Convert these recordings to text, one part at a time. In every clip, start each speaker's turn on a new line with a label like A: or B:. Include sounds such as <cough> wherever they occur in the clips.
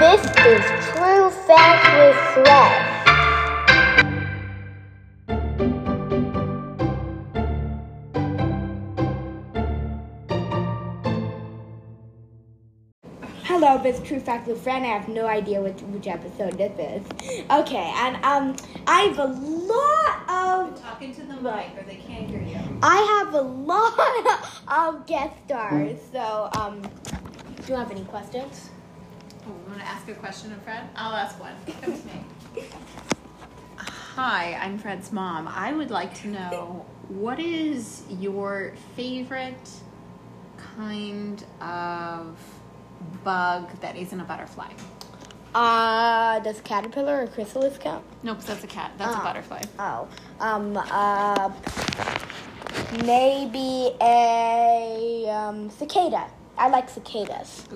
A: This is True Fact with Flesh.
B: Hello, it's True Fact with Fran. I have no idea which, which episode this is. Okay, and um, I have a lot of
C: Talk into the mic or they can't hear you.
B: I have a lot <laughs> of guest stars. So um, do you have any questions?
C: Oh, want to ask a question of Fred? I'll ask one. Come to me. Hi, I'm Fred's mom. I would like to know what is your favorite kind of bug that isn't a butterfly?
B: Uh, does caterpillar or chrysalis count?
C: Nope, that's a cat. That's
B: Ah.
C: a butterfly.
B: Oh, um, uh, maybe a um, cicada. I like cicadas.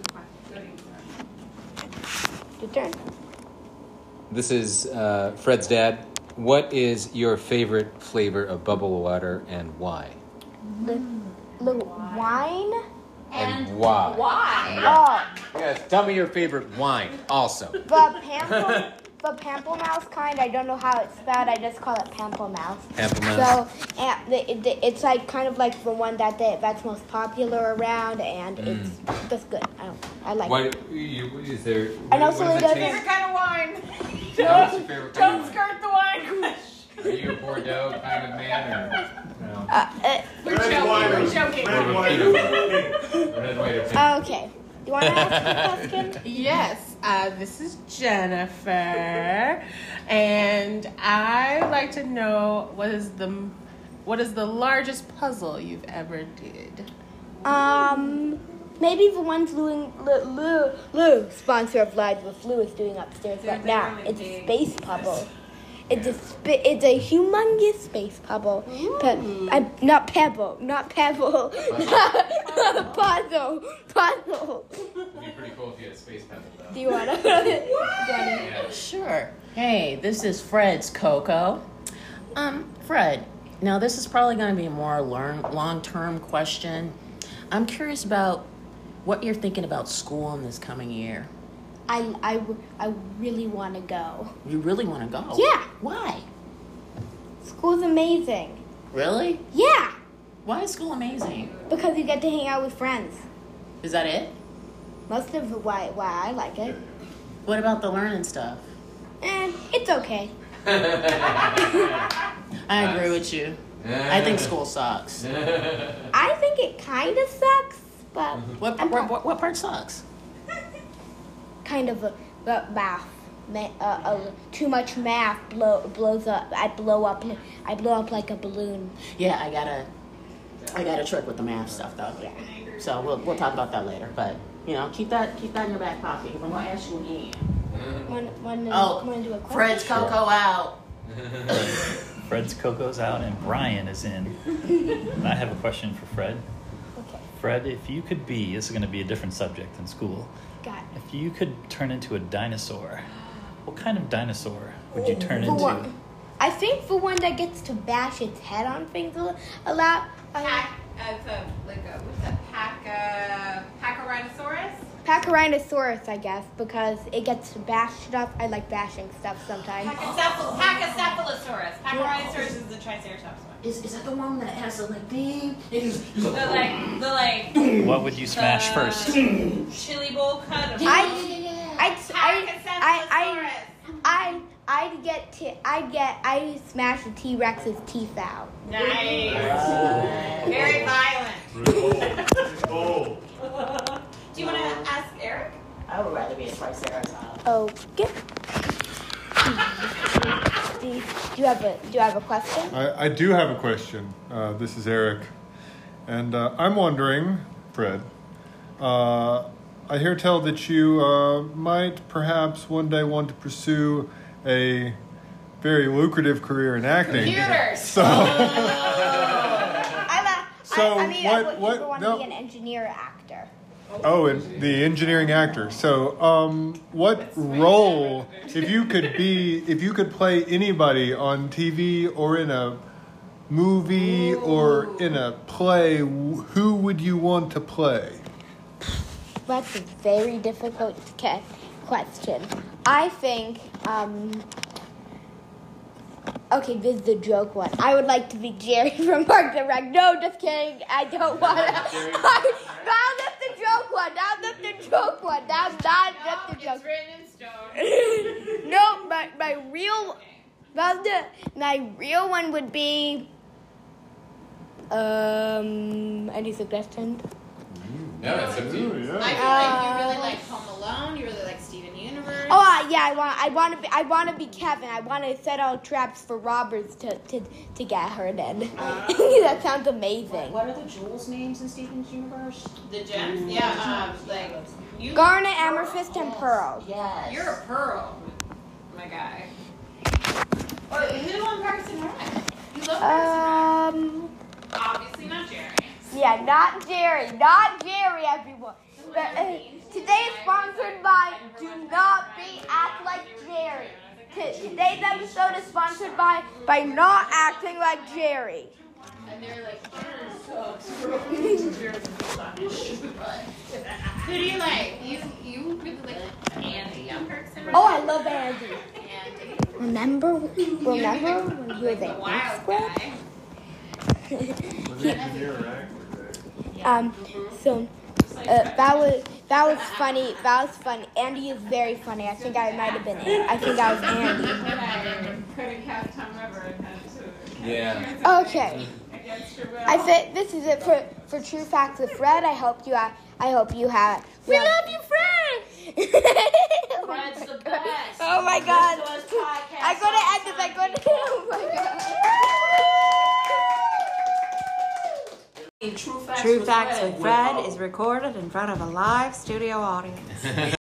B: Your turn.
D: This is uh, Fred's dad. What is your favorite flavor of bubble water and why?
B: The wine.
D: And, why?
C: Why?
B: Oh.
D: Yes, tell me your favorite wine also.
B: But pample, the pample mouse kind, I don't know how it's spelled. I just call it pample mouse.
D: Pample
B: So and the, it- the, it's like kind of like the one that they, that's most popular around, and it's that's good. I don't, I like.
D: What you, is there? What,
B: And also
D: what does
B: it
D: it
B: doesn't-
D: taste?
C: kind of wine. <laughs>
D: What's your favorite kind of wine?
C: skirt the wine <laughs> question.
D: Are you a Bordeaux kind of <laughs> man or no?
B: Uh, uh,
C: We're joking. We're joking.
D: Or a Pinot? Or red wine or Pinot?
B: uh, okay. Do you want to ask a question?
E: Yes, uh, this is Jennifer, and I would like to know what is the what is the largest puzzle you've ever did?
B: Um, maybe the ones Lou, Lou, Lou, Lou sponsor of Lives with Lou is doing upstairs
C: They're-
B: right
C: they're
B: now.
C: really
B: It's a
C: big.
B: space bubble. It's a sp- it's a humongous space bubble. Pe- I, not pebble, not pebble, <laughs> not puzzle, puzzle.
D: It'd be pretty cool if you had a space pebble though.
B: Do you wanna? do you wanna-
D: Yeah.
F: Sure. Hey, this is Fred's Coco. Um, Fred, now this is probably going to be a more learn, long-term question. I'm curious about what you're thinking about school in this coming year.
B: I, I, w- I really want to go.
F: You really want to go?
B: Yeah.
F: Why?
B: School's amazing.
F: Really?
B: Yeah,
F: Why is school amazing?
B: because you get to hang out with friends.
F: Is that it?
B: Most of why why I like it.
F: What about the learning stuff?
B: And it's okay.
F: I agree with you. I think school sucks.
B: I think it kind of sucks, but
F: What,
B: I'm
F: what, what, what part sucks?
B: kind of a, but math. Ma- uh, uh, too much math blow, blows up. I blow up. I blow up like a balloon.
F: Yeah, I got to I got a trick with the math stuff though.
B: Yeah.
F: So we'll, we'll talk about that later. But you know, keep that keep that in your back pocket. We're gonna ask you again.
B: Wanna- wanna-
F: Oh,
B: wanna do a question?
F: Fred's Coco out.
G: Fred's Coco's out and Brian is in. And I have a question for Fred.
B: Okay,
G: Fred, if you could be, this is going to be a different subject than school,
B: got it.
G: if you could turn into a dinosaur, what kind of dinosaur would you turn
B: The
G: into?
B: one- I think the one that gets to bash its head on things a, lo- a lot. Um,
C: Pack, uh, it's a, like a, what's that? Pack, uh, Pachyrhinosaurus?
B: Pachyrhinosaurus, I guess, because it gets to bash stuff. I like bashing stuff sometimes.
C: Pachycephal- Pachycephalosaurus. Pachyrhinosaurus is the Triceratops one.
F: Is, is that the one that has the like thing?
C: The like, the like,
G: <laughs> What would you smash
C: Uh,
G: first?
C: chili bowl cut.
B: I, I, I, I,
C: Pachycephalosaurus.
B: I, I'd get to, I'd get, I'd smash the T Rex's teeth out.
C: Nice. Very violent. <laughs> Do you want to ask Eric?
F: I would rather be a Triceratops.
B: Okay. do, you, do you have a, do you have a question?
H: I, I do have a question. Uh, this is Eric. And uh, I'm wondering, Fred, uh, I hear tell that you uh, might perhaps one day want to pursue a very lucrative career in acting.
C: Computers.
H: So,
B: I'm a,
H: So
B: I, I mean,
H: what-
B: I would
H: what-
B: either want to
H: no.
B: be an engineer or actor.
H: oh, and the engineering actor. So, um, what role, if you could be, if you could play anybody on TV or in a movie or in a play, wh- who would you want to play?
B: That's a very difficult ca- question. I think. Um, okay, this is the joke one. I would like to be Jerry <laughs> from Park the Rec. No, just kidding. I don't want to. <laughs> Now that's the joke one. Now that's the joke one. Now not just the joke.
E: written in stone.
B: <laughs> no, my my real, well, the, my real one would be. Um, any suggestions?
D: No, that's up to you.
C: I feel like you really like Home Alone. You really like Steven Universe.
B: Oh uh, yeah, I want I want to be I want to be Kevin. I want to set all traps for robbers to to, to get her then. <laughs> that sounds amazing.
F: What are the jewels' names in Steven's universe?
C: The gems, yeah. Um, like you,
B: Garnet, Amethyst, and Pearl.
F: Yes.
C: You're <laughs> a pearl, my guy. Or who on Parks and Rec? You love Parks
B: Um,
C: and Rec. Uh, Obviously not Jerry.
B: yeah, not Jerry, not Jerry, everyone. But, uh, today is sponsored by Do Not Be Act Like Jerry. T- today's episode is sponsored by by Not Acting Like Jerry.
C: And they're like, Jerry sucks. <laughs> Jerry's rubbish. <laughs> Who do you like? You you really like Andy on Parks and Rec.
B: Oh, I love Andy.
C: Andy.
B: Remember, remember when he was
C: The
B: a
C: wild
B: square?
C: guy.
B: Um, so uh, that was that was funny. That was funny. Andy is very funny. I think I might have been. An- I think I was Andy.
C: Pretty half time ever and had to
D: Yeah.
B: Okay.
C: against your will.
B: I said this is it for for true facts with Fred. I hope you. I, I hope you have. We love you, Fred.
C: Fred's the best.
B: <laughs> Oh my God! Oh I gotta end this. I gotta. <laughs> Oh my God.
I: True Facts with Fred is recorded in front of a live studio audience.